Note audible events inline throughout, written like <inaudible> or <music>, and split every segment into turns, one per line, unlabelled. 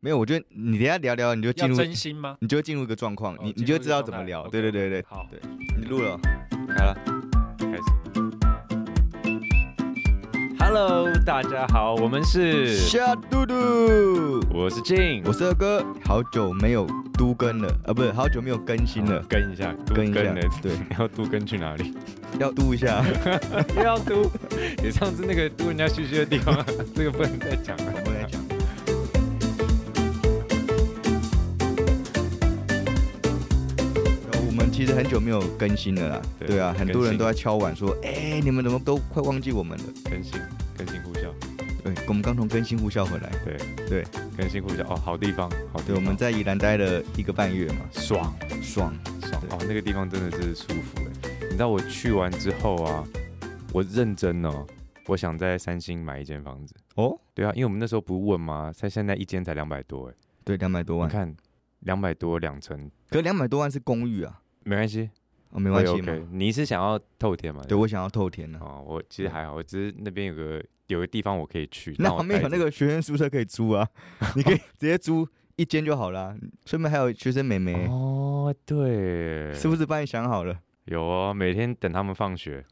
没有，我觉得你等一下聊聊，你就进
要
入，
真心吗？
你就进入一个状况，
哦
你
进
你
入
就知道怎么
一
聊。
个状态
对对对对，
好，
你录了，
好了，开始。Hello，大家好，我们是，
夏嘟嘟，
我是静，
我是二哥，好久没有都更了，啊，不是，好久没有更新了，
跟一下，都
更一下
嗯了，
对，
你要都跟去哪里？
要嘟一下，
不要都， <laughs> 你上次那个都人家嘘嘘的地方， <laughs> 这个不能再讲了。
我们来讲。我们其实很久没有更新了啦，
对
对啊，很多
更
人
新
都在敲碗说，哎，你们怎么都快忘记我们了？
更新，更新呼啸，
对，我们刚从更新呼啸回来，
对
对，
更新呼啸，哦，好地方，好地
对，
方，
我们在宜兰待了一个半月嘛，
爽
爽，
爽哦，那个地方真的是舒服哎。你知道我去完之后啊，我认真哦，我想在三星买一间房子。
哦，
对啊，因为我们那时候不问嘛，才现在一间才两百多哎，
对，两百多
你
万，
看两百多两层，
可两百多万是公寓啊，
没关系，
哦，没关系
会
嘛
OK。你是想要透天嘛？
对
不
我想要透天啊呢、
哦，我其实还好，我只是那边有个有个地方我可以去，
那
让我
旁边有
待
那
着
个学生宿舍可以租啊， <laughs> 你可以直接租一间就好啦。顺便还有学生妹妹，
哦，对，
欸是不是帮你想好了？
有哦，每天等他们放学，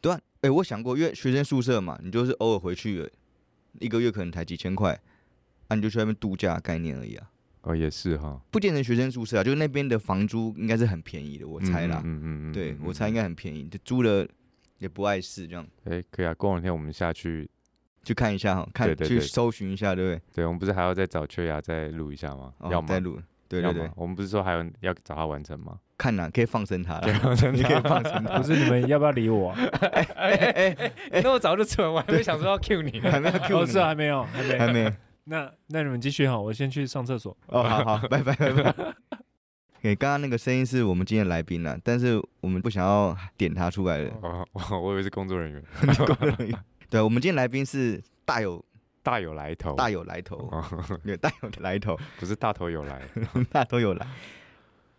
对啊，哎、我想过，因为学生宿舍嘛，你就是偶尔回去而已，一个月可能才几千块，啊，你就去那边度假的概念而已啊。
哦也是哈，
不见得学生宿舍啊，就是那边的房租应该是很便宜的，我
我
猜啦。
嗯
对，我猜应，该很便宜，就租了也不碍事，这样
哎可以啊，过两天我们下去，
去看一下哈，看
对对
去
对
搜寻一下，对不
对我们不是还要再找缺牙再录一下吗？
对？
要
哦，
吗
再？录，对对
要
对
吗，我们不是说还有要找他完成吗？ <laughs>
看呐，可以放生它
对
了，，<laughs>
真
你可以
的。
放
<laughs>
生它
不。是你们要不要
<laughs>
理我啊？
哎哎哎，那我早就存完，我还没想说要 Q 你。 <laughs>
还没有 Q
哦，
你
是，
啊
还没有，还没
还。没。
那那你们继续哈，我先去上厕所。
哦，好好，拜拜拜拜。 <laughs> 给刚刚那个声音是我们今天的来宾啦，但是我们不想要点他出来的
哦，我我以为是工作人员，
工作人员。对，啊我们今天来宾是大有
大有来头，
大有来头，
哦，
<laughs> 对，大有来头，
不是大头有来。
大都有来。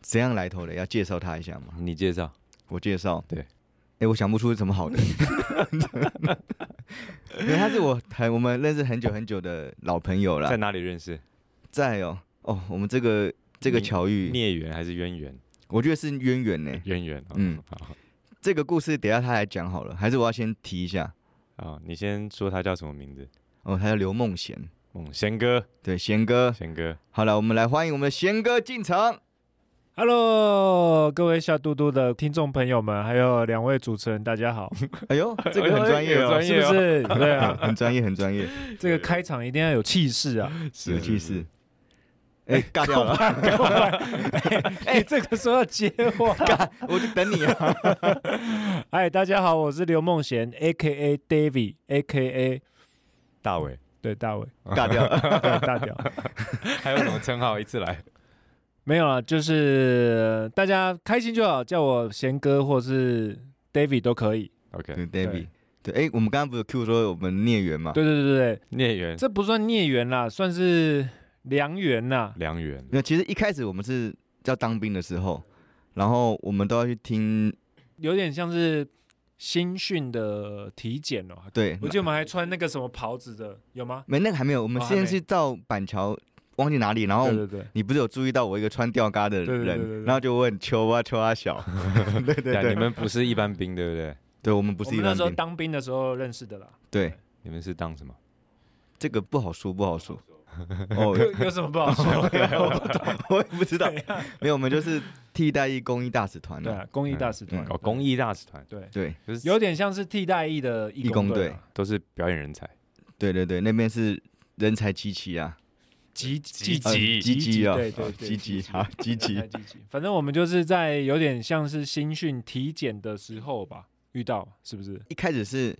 怎样来头的？要介绍他一下吗？
你介绍，
我介绍。
对
哎、我想不出什么好的。
<laughs>
因为他是我很我们认识很久很久的老朋友
在
了，
哪里认识？
在哦哦，我们这个这个
你
巧遇，
孽缘还是渊源？
我觉得是渊源呢。
渊源，
嗯
嗯，好
这个故事等一下他来讲好了，还是我要先提一下
啊，你先说他叫什么名字？
哦，他叫刘梦贤，
嗯，贤哥，
对，贤哥。
贤哥，
好了，我们来欢迎我们的贤哥进场。
Hello，各位小嘟嘟的听众朋友们，还有两位主持人，大家好，
哎呦， <laughs> 这个很专业
哎有
哦
专，
是不是？对
很 <laughs>
啊，
嗯很专业，很专业，
这个开场一定要有气势
<laughs>
啊！
有
是
气
<laughs>
势。哎，尬掉了，
哎， <laughs> 这个说要接
<laughs>
话。
我就等你啊。
哎，大家好，我是刘梦贤，A.K.A. David，A.K.A.
嗯大伟，
对大伟，
尬掉了，
对大屌。
还有什么称号？一次来，
没有啊，就是大家开心就好，叫我贤哥或是 David 都可以。
OK，
对，David。对，哎，我们刚刚不是 Q 说我们孽缘嘛？
对对对对，
孽缘，
这不算孽缘啦，算是良缘啦。
良缘，
那其实一开始我们是要当兵的时候，然后我们都要去听，
有点像是新训的体检哦。
对，
我记得我们还穿那个什么袍子的，有吗？
没那个还没有，我们
哦还
现在
没
是到板桥，忘记哪里，然后
对对对，
你不是有注意到我一个穿吊嘎的人，
对对对对对
然后就问秋啊秋啊小，对对
啊
对，
你们不是一般兵，对不对？
对我们不
我
是一
们那
般
时候
兵，
当兵的时候认识的
<laughs>
啦。
对
你们是当什么？
这个不好说不好
<laughs>
说，哦，
有有什么不好说？
我也不知道，没有，我们就是替代役公益大使团
<laughs> 对
的，
啊，公益大使团
嗯，
哦，公益大使团，
对，
对
就是
有点像是替代役的义工队
义工
啊，
都是表演人才，
对对对，那边是人才济济啊，
积积
呃
极
积极啊，
对对对
积极好
<laughs>
积极
太，积极。反正我们就是在有点像是新训体检的时候吧，遇到是不是？
<laughs> 一开始是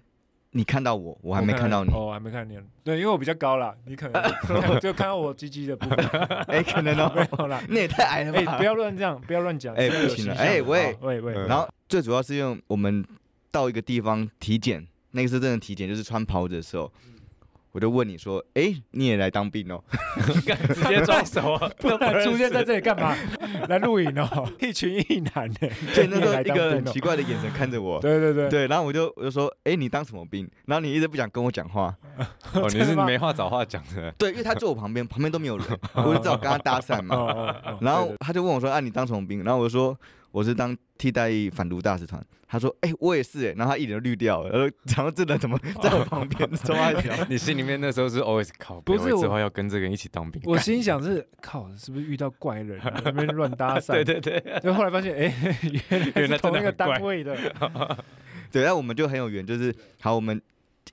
你看到我，我还没
我
看到你，
哦，我还没看见。对，因为我比较高啦，你可
<laughs>
能就看到我鸡鸡的部分
哎，可能哦，
<laughs> 没有啦。
<laughs> 那也太矮了
哎，
吧
不。要乱这样，不要乱讲。
哎
这样有
不行了
形象
哎
的
喂
好喂喂，
嗯
然后最主要是
嗯
用我们到一个地方体检，那个是真的体检，就是穿袍子的时候，我就问你说，哎、你也来当
<laughs>
兵哦？
直接装熟啊，
不然出现在这里
<laughs>
干嘛？来录影哦，一群一男的，
所以那时候
来
一
当
个
兵
很
哦
奇怪的眼神看着我，
对对对，
对，然后我就我就说，哎、你当什么兵？然后你一直不想跟我讲话，
<laughs> 哦，你
真
是
的吗
没话找话讲的，
对，因为他坐我旁边，旁边都没有人，我就只好跟他搭讪
哦
嘛。
哦哦，
然后他就问我说，啊，你当什么兵？然后我就说我是当替代役反毒大使团。他说，哎、我也是、哎，然后他一脸就绿掉了，然后然后这人怎么在我旁边？说话小，
你心里面那时候是 always 靠，
不是
我之
我
后要跟这个人一起当兵，
我
干
心想是靠，是不是遇到怪人啊那边乱
<laughs>
搭讪？
<laughs> 对对对，
<laughs> 就后来发现，哎，原
原
来
来
是同一
真的
个
很怪
单位的， <laughs>
对，然后我们就很有缘，就是好，我们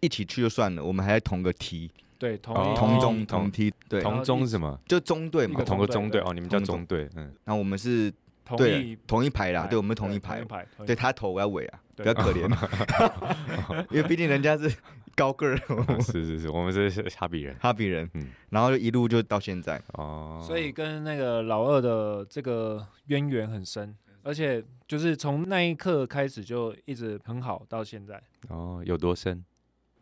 一起去就算了，我们还在同个梯，
对，同
哦
一
同
种
中同梯，对，
然后
同
一
中是什么？
就中队
一
嘛
个
哦，，同个中队
对
哦，你们叫
同
中队，嗯，
然后我们是
同
对
一
同一排啦，
排
对，我们同一排
同一，排，同一
对
排
他头我要尾啊，比较
对
可怜，因为毕竟人家是高个儿， <laughs>
<laughs> 哦
啊是是是，我们是哈比人
哈比人
嗯，
然后就一路就到现在，
哦，
所以跟那个老二的这个渊源很深，而且就是从那一刻开始就一直很好到现 <laughs> 在。
哦有多
<laughs>
深？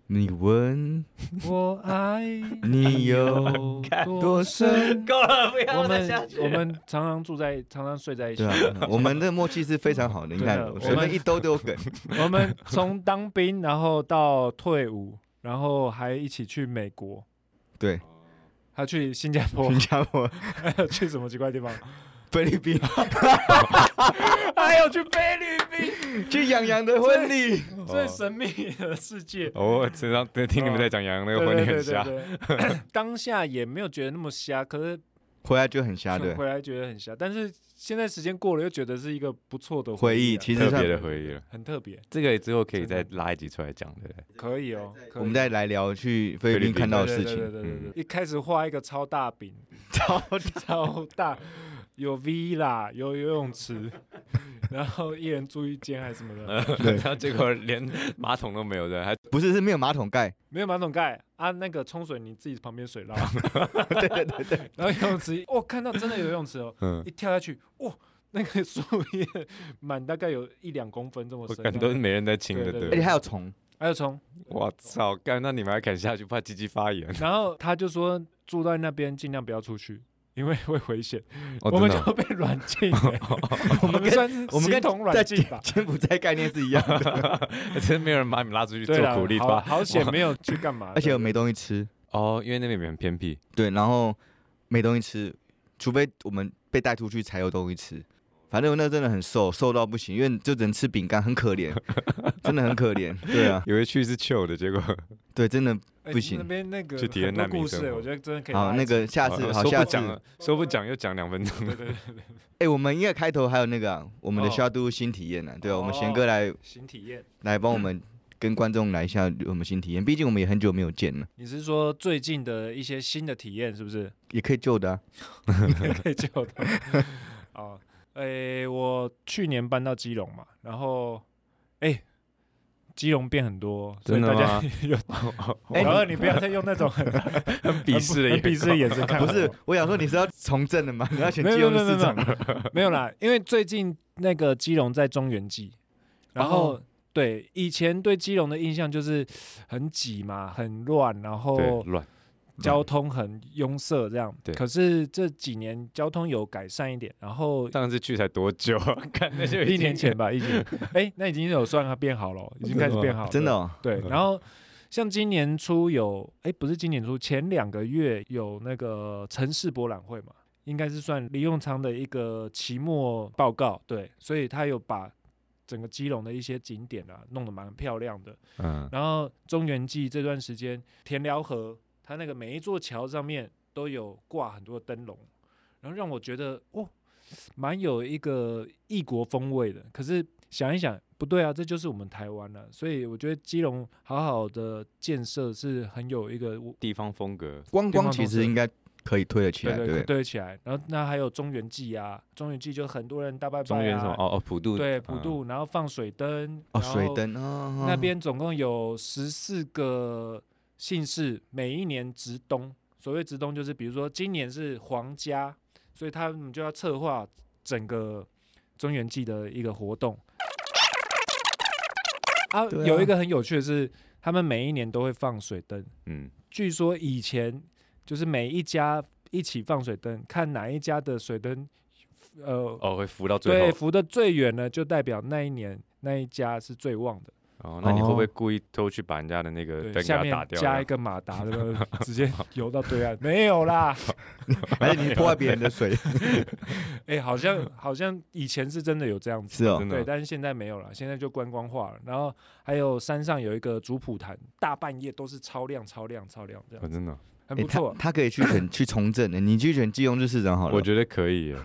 你问
我爱
你有
<laughs>
多深？
够了，不
我们我们常常住在，常常睡在一起
对。啊，我们的默契是非常好的，你看
真的啊我
随
们
便一兜都有
<laughs>
梗，
<laughs> 我们从当兵，然后到退伍，然后还一起去美国，
对，
还去新加 <laughs> 坡
你，讲我
还有去什么奇怪地方？ <laughs>
菲律宾
还哎有去菲律宾，
去杨洋的婚礼，
最神秘的世界。
哦，我知道，对，听你们在讲杨洋那个婚
哦对
礼很
对对
瞎，
对对， <coughs> 当下也没有觉得那么瞎，可是
回来就很瞎的
回来觉得很瞎，但是现在时间过了，又觉得是一个不错的
回忆，
忆啊，
其实
特
算
别的回忆了。
很特别，
这个之后可以再
真
拉一集出来讲，对不对？
可以哦。可以
我们再来聊去菲律宾看
对
到的
对
事
对对
情，
对对对
嗯
一开始画一个超大
<laughs>
饼，
超
超大，有 villa，有游泳池， <laughs> 然后一人住一间还是什么的，
对
然后结果连马桶都没有的，还
不是是没有马桶盖，
没有马桶盖啊，那个冲水你自己旁边水捞，
<laughs> 对对对对，
然后游泳池，我、看到真的有游泳池哦，
嗯，
一跳下去，哇、那个树叶满大概有一两公分这么
我
深，
感觉都是没人在清的，
对
对
对
而且
不
还有虫，
<laughs>
<laughs>
还有虫，
我操，干，那你们还敢下去，怕鸡鸡
<laughs>
发炎？
然后他就说住在那边尽量不要出去，因为会危险。
哦
我们
真的哦
就被软禁
<laughs>
了，我们算是
我们
形
跟
同
在
软禁吧。
柬埔寨概念是一样的，
<laughs> 真没有人把你们拉出去做
对啦
苦力
好啊
吧？
好险没有去干嘛，
而且
对
我没东西吃，
哦，因为那边很偏僻，
对，然后没东西吃，除非我们被带出去才有东西吃。反正我那真的很瘦，瘦到不行，因为就只能吃饼干，很
<laughs>
可怜，真的很可怜。对啊，
有一去是 chill 的，
<laughs>
结果
对，真的
哎
不行
那边那个
去体验
很多
难民
故事
生
欸，
活
我觉得真的可以
好
拉一
那
集
个下次
哦
好
说
下
不
次
讲了，说不讲又讲两分钟，
对对对对
哎，我们应该开头还有那个啊我们的
哦
夏都新体验呢，对啊，我们贤
哦
哥来
新体验。
来帮我们跟观众来一下我们新体验，毕竟我们也很久没有见了，
你是说最近的一些新的体验是不是？
也可以旧的啊，
可以救他。哦，诶、我去年搬到基隆嘛，然后诶、基隆变很多，所以
真的
大家 <laughs> 有。
<laughs>
哎
然后你不要再用那种很
很 <laughs> 鄙视的
很
眼
鄙视的眼 <laughs> 神看我。
不是，啊我想说你是要从政的吗？你要选
没有
基
没有
隆
没有
市长
没？没有啦，因为最近那个基隆在中原季，然后、
哦
对以前对基隆的印象就是很挤嘛，很乱，然
对
后
乱，
交通很拥塞这样。
对
可是这几年交通有改善一点，然后
上次去才多久 <laughs> 啊？看那就已经
<laughs> 一年
<laughs>
前吧，一年，哎、那已经有算它变好了，哦已经开始变好了，
真的哦，
对，然后像今年初有，哎，不是今年初，前两个月有那个城市博览会嘛，应该是算李永昌的一个期末报告，对，所以他有把整个基隆的一些景点啊弄得蛮漂亮的。
嗯，
然后中原记这段时间，田寮河它那个每一座桥上面都有挂很多灯笼，然后让我觉得哦，蛮有一个异国风味的。可是想一想，不对啊，这就是我们台湾了、所以我觉得基隆好好的建设是很有一个
地方风格，
观
电话
光其
公司
实应该可以推得起来，
对
对不对？
对起来。然后那还有中原记啊，中原记就很多人大拜拜、啊、
中原什么哦哦普渡
对普
嗯
渡，然后放水灯，
哦，
然
水
后
灯哦，
那边总共有十四个姓氏，每一年值冬。所谓值冬，就是比如说今年是皇家，所以他们就要策划整个中原祭的一个活动。啊，
对啊
有一个很有趣的是，他们每一年都会放水灯，
嗯，
据说以前就是每一家一起放水灯，看哪一家的水灯，呃，
哦，会浮到最
对，
后。
浮的最远呢，就代表那一年那一家是最旺的。
哦，那你会不会
哦
故意偷去把人家的那个灯
对，
给
下
他
面
打掉？
加一个马
<laughs>
达，对吧直接游到对岸，没有啦。
还是你破坏别人的
<laughs>
水？
哎、好
<laughs>
像好像以前是真的有这样子，
是哦
真，的啊
对，但是现在没有了，现在就观光化了。然后还有山上有一个主普坛，大半夜都是超亮、超亮、超亮这
我
样，
哦真的，
很
诶
不错
哎
<laughs>
他。他可以去选去从政的，你去选基隆市市长好了。
我觉得可以 <laughs> 耶。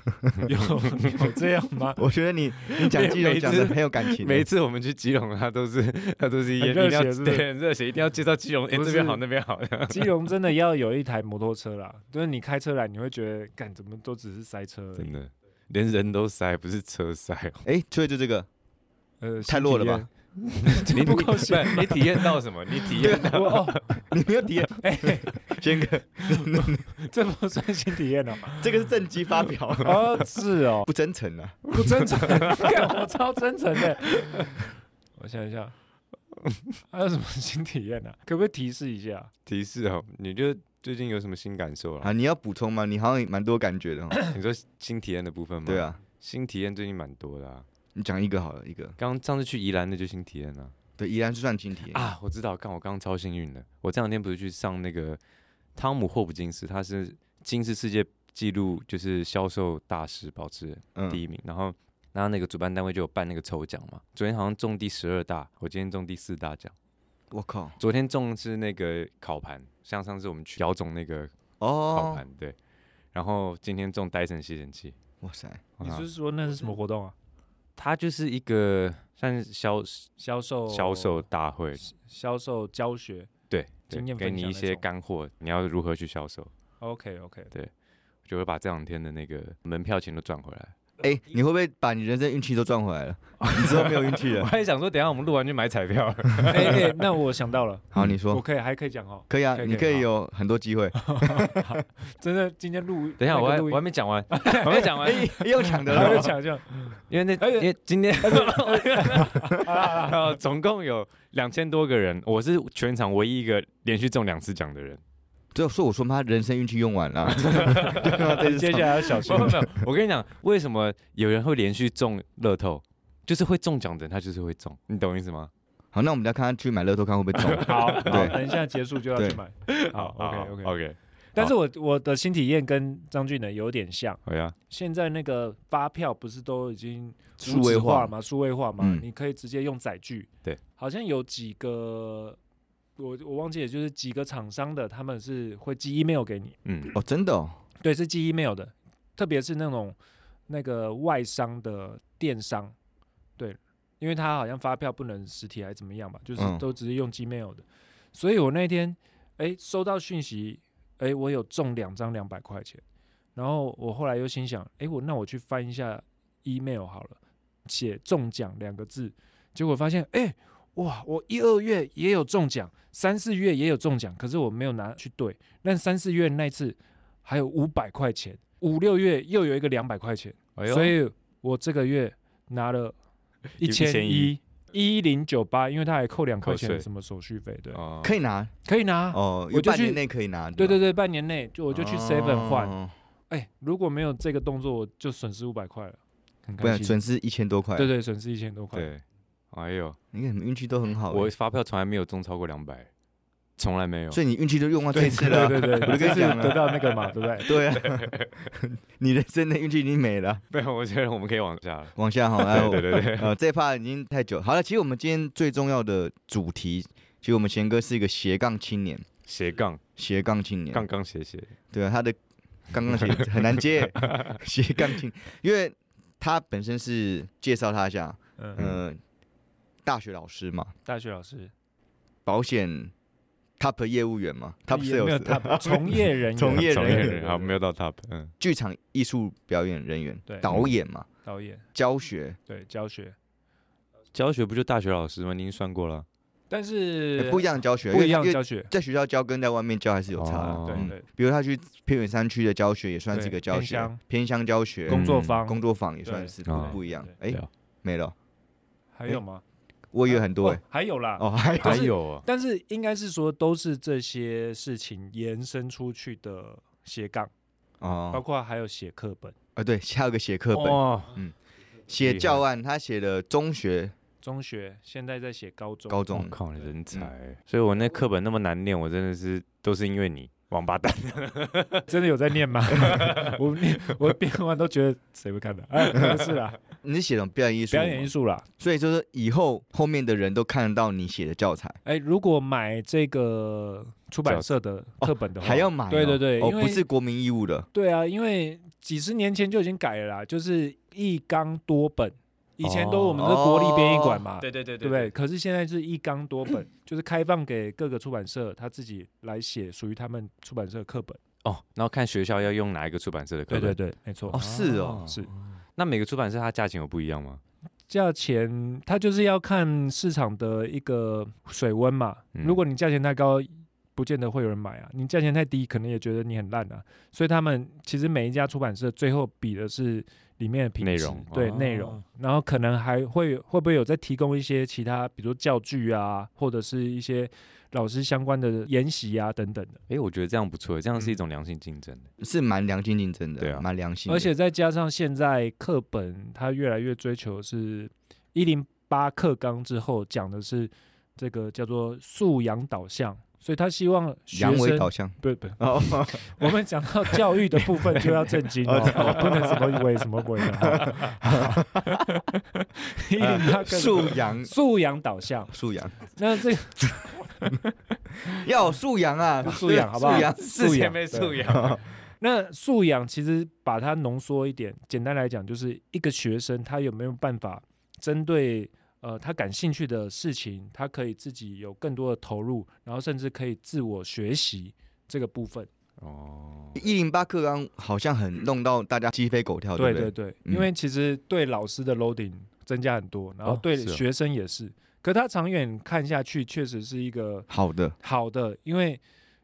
有有这样吗？
我觉得你你讲基
每
隆
次
讲的很有感情，
每一次我们去基隆，他都是 <laughs> 他都是一
很
一
热
定要
血是不是
对很热血，一定要介绍基隆，哎，
不
这边
是
好，那边好。
基隆真的要有一台摩托车啦，就是你开车来，你会觉得，干怎么都只是塞车而已
真。 <laughs> 的，连人都塞，不是车塞哦。
哎，所以就这个
呃，
太弱了吧？
<laughs>
你
<laughs> 不够
<laughs>
喜欢
你体验到什么？你体验
新体验？我哦，
你没有体验，
哎、
坚哥，
这不算新体
<laughs>
验哦。
这个是正机发
<laughs>
表，
哦，是哦，
不真诚啊。
不真 <laughs> 诚，干我超真诚的。我想一下，还有什么新体验呢、 <laughs> 可不可以提示一下？
提示哦，你就最近有什么新感受
哦
啊，
啊？
你要补充吗？你好像也蛮多感觉
<coughs>
的哦。
你说新体验的部分吗？
对，啊，
新体验最近蛮多的啊。
你讲一个好了，一个
刚上次去宜兰的就新体验了
对，依然是算晶体
啊，我知道，看我刚刚超幸运的，我这两天不是去上那个汤姆霍普金斯，他是金氏世界纪录就是销售大师保持人
嗯
第一名，然后然后那个主办单位就有办那个抽奖嘛，昨天好像中第十二大，我今天中第四大奖，
我靠，
昨天中的是那个烤盘，像上次我们去姚总那个烤
哦
盘，，对，然后今天中戴森吸尘器，
哇塞，
你
啊
是说那是什么活动啊？
它就是一个算是销
销售
销售大会，
销售教学。
对，对
经验
给
分
你
享
一
那
些
种
干货，你要如何去销售，
OK OK，
就会把这两天的那个门票钱都赚回来。
哎，你会不会把你人生运气都赚回
<laughs>
来了？你之后没有运气
<laughs> 我
哦
了。
还想说，等一下我们录完就买彩票。
哎、哎那我想到了，
好，你
我
说
可以还可以讲哦。
可以啊，
可以
你
可
可
以
以有很多机
<laughs>
会。
真的，今天录
<laughs> 等一
那
下，
个
我还
录
我
音
还没讲完，我还没讲完，
又抢的
还会
了，
讲一下，
因为那
哎
因为今天
啊
呃 <laughs> 总共有两千多个人，我是全场唯一一个连续中两次奖的人。 <laughs>
就说我说他人生运气用完了，
<laughs>
对吗？这是
接下来要小心
没。有没有，我跟你讲，为什么有人会连续中乐透？就是会中奖的人，他就是会中，你懂我意思吗？
好，那我们要看他去买乐透，看会不会
<laughs>
中。
好，好
对
等一下结束就要去买。好，OK OK。
哦 OK，
但是我我的新体验跟张俊的有点像。
好呀，
现在那个发票不是都已经
数
无纸
位化
化嘛，数位化嘛，
嗯
你可以直接用载具。
对，
好像有几个，我我忘记了，就是几个厂商的，他们是会寄 email 给你，
嗯，
哦，真的哦，
对，是寄 email 的，特别是那种那个外商的电商，对，因为他好像发票不能实体还是怎么样吧，就是
嗯
都直接用 Gmail 的，所以我那天哎收到讯息，哎我有中两张两百块钱，然后我后来又心想，哎我那我去翻一下 email 好了，写中奖两个字，结果发现哎。哇！我一二月也有中奖，三四月也有中奖，可是我没有拿去兑。但三四月那一次还有五百块钱，五六月又有一个两百块钱，
哎
所以我这个月
<laughs>
拿了一千
1100
一一零九八，因为他还扣两块
扣
钱
税
什么手续费，对，
哦
可以拿
可以拿。
哦，
啊我
有
就
半年
去
内可以拿。
对
吧
对，对，半年内就我就去 Seven 换，哎、
哦
如果没有这个动作，我就损失五百块了，很
不
开
然
心。
损失一千多块。
对，对，损失一千多块。
对，哎呦，
你看你们运气都很好欸，
我发票从来没有中超过两百，从来没有。
所以你运气都用完这次了
对
啊。
对对，
我就跟
这
你
次
讲了
得到那个嘛，对不对？
对啊，你人生的运气已经没了。
<laughs> 没有，我觉得我们可以往下了。
往下哈，来，
对对对，
呃，这趴已经太久。好了，其实我们今天最重要的主题，其实我们贤哥是一个斜杠青年，
斜杠
斜杠青年，
杠杠斜斜，
对啊，他的刚刚斜很难接，斜杠青，因为他本身是介绍他一下，
嗯，
呃，大学老师嘛，
大学老师，
保险 top 业务员嘛，top
也没有
<laughs> sales，呃
他 <laughs> 从业人员，
从业
从
人
业
员
人员好，没有到 top，嗯，
剧场艺术表演人员
对，
导演嘛，
导演，
教学，
对，教学，
教学不就大学老师吗？您算过了，
但是
呃不一样的教学，
不一样
因为因
的
为
教学，
在学校教跟在外面教还是有差的。
哦
对
嗯
对，
比如他去偏远山区的教学也算是一
对
个教
偏
学
乡，
偏乡教学，
工作
嗯
坊、
工作坊也
对
算是
对
不一样。哎
对啊，
没了，
还有吗？
我以为很多
哦
哎、
还有啦，
哦，还有
就
还
是
有啊，
但是应该是说都是这些事情延伸出去的斜杠，包
哦
括还有写课本、
啊，对，还有个写课
哦
本，
哇，
写
厉害
教案，他写的中学、中
中学，现在在写哦高中。
高
我
中，
靠，人才！所以我那课本那么难念，我真的是都是因为你，王八蛋。
<laughs> 真的有在
<laughs>
念吗？我念我边完都觉得谁会看的？
<laughs>
哎，不是啦，
你是写的表演艺术吗，
表演艺术啦。
所以就是以后后面的人都看得到你写的教材，
哎，如果买这个出版社的课本的话，
还要买哦、
对对对，
哦，
因为
不是国民义务的，
对啊，因为几十年前就已经改了啦，就是一纲多本，以前
哦
都我们是国立编译馆嘛，
对对
对不对？可是现在是一纲多本，就是开放给各个出版社他自己来写属于他们出版社的课本。
哦，然后看学校要用哪一个出版社的课
对
本。
对对，没错
哦，，是哦，
是
那每个出版社它价钱有不一样吗？
价钱它就是要看市场的一个水温嘛。
嗯
如果你价钱太高，不见得会有人买啊；你价钱太低，可能也觉得你很烂啊。所以他们其实每一家出版社最后比的是里面的品质
内容
对
哦
内容，然后可能还会会不会有再提供一些其他，比如说教具啊，或者是一些老师相关的研习啊等等的。
哎，我觉得这样不错，这样
嗯
是一种良性竞争的。
是蛮良性竞争的，
对啊
蛮良性的，
而且再加上现在课本它越来越追求是一零八课纲之后讲的是这个叫做素养导向，所以他希望学
阳痿
生
导向，
不不，
哦，
<laughs> 我们讲到教育的部分就要正经
<laughs>
哦，哦不能什么伪什么鬼的。 <laughs> 一零八
素养，
素养导向，
素养，
那这个
要有素养啊，
素养好不好
素养，
素养对
养，
那素养其实把它浓缩一点，简单来讲，就是一个学生他有没有办法针对呃他感兴趣的事情，他可以自己有更多的投入，然后甚至可以自我学习这个部分。
哦，
一零八课纲好像很弄到大家鸡飞狗跳，
对
不
对
对？
对，
嗯
因为其实对老师的 loading 增加很多，然后
哦
对
是哦
学生也是。可他长远看下去，确实是一个
好的，
好的，因为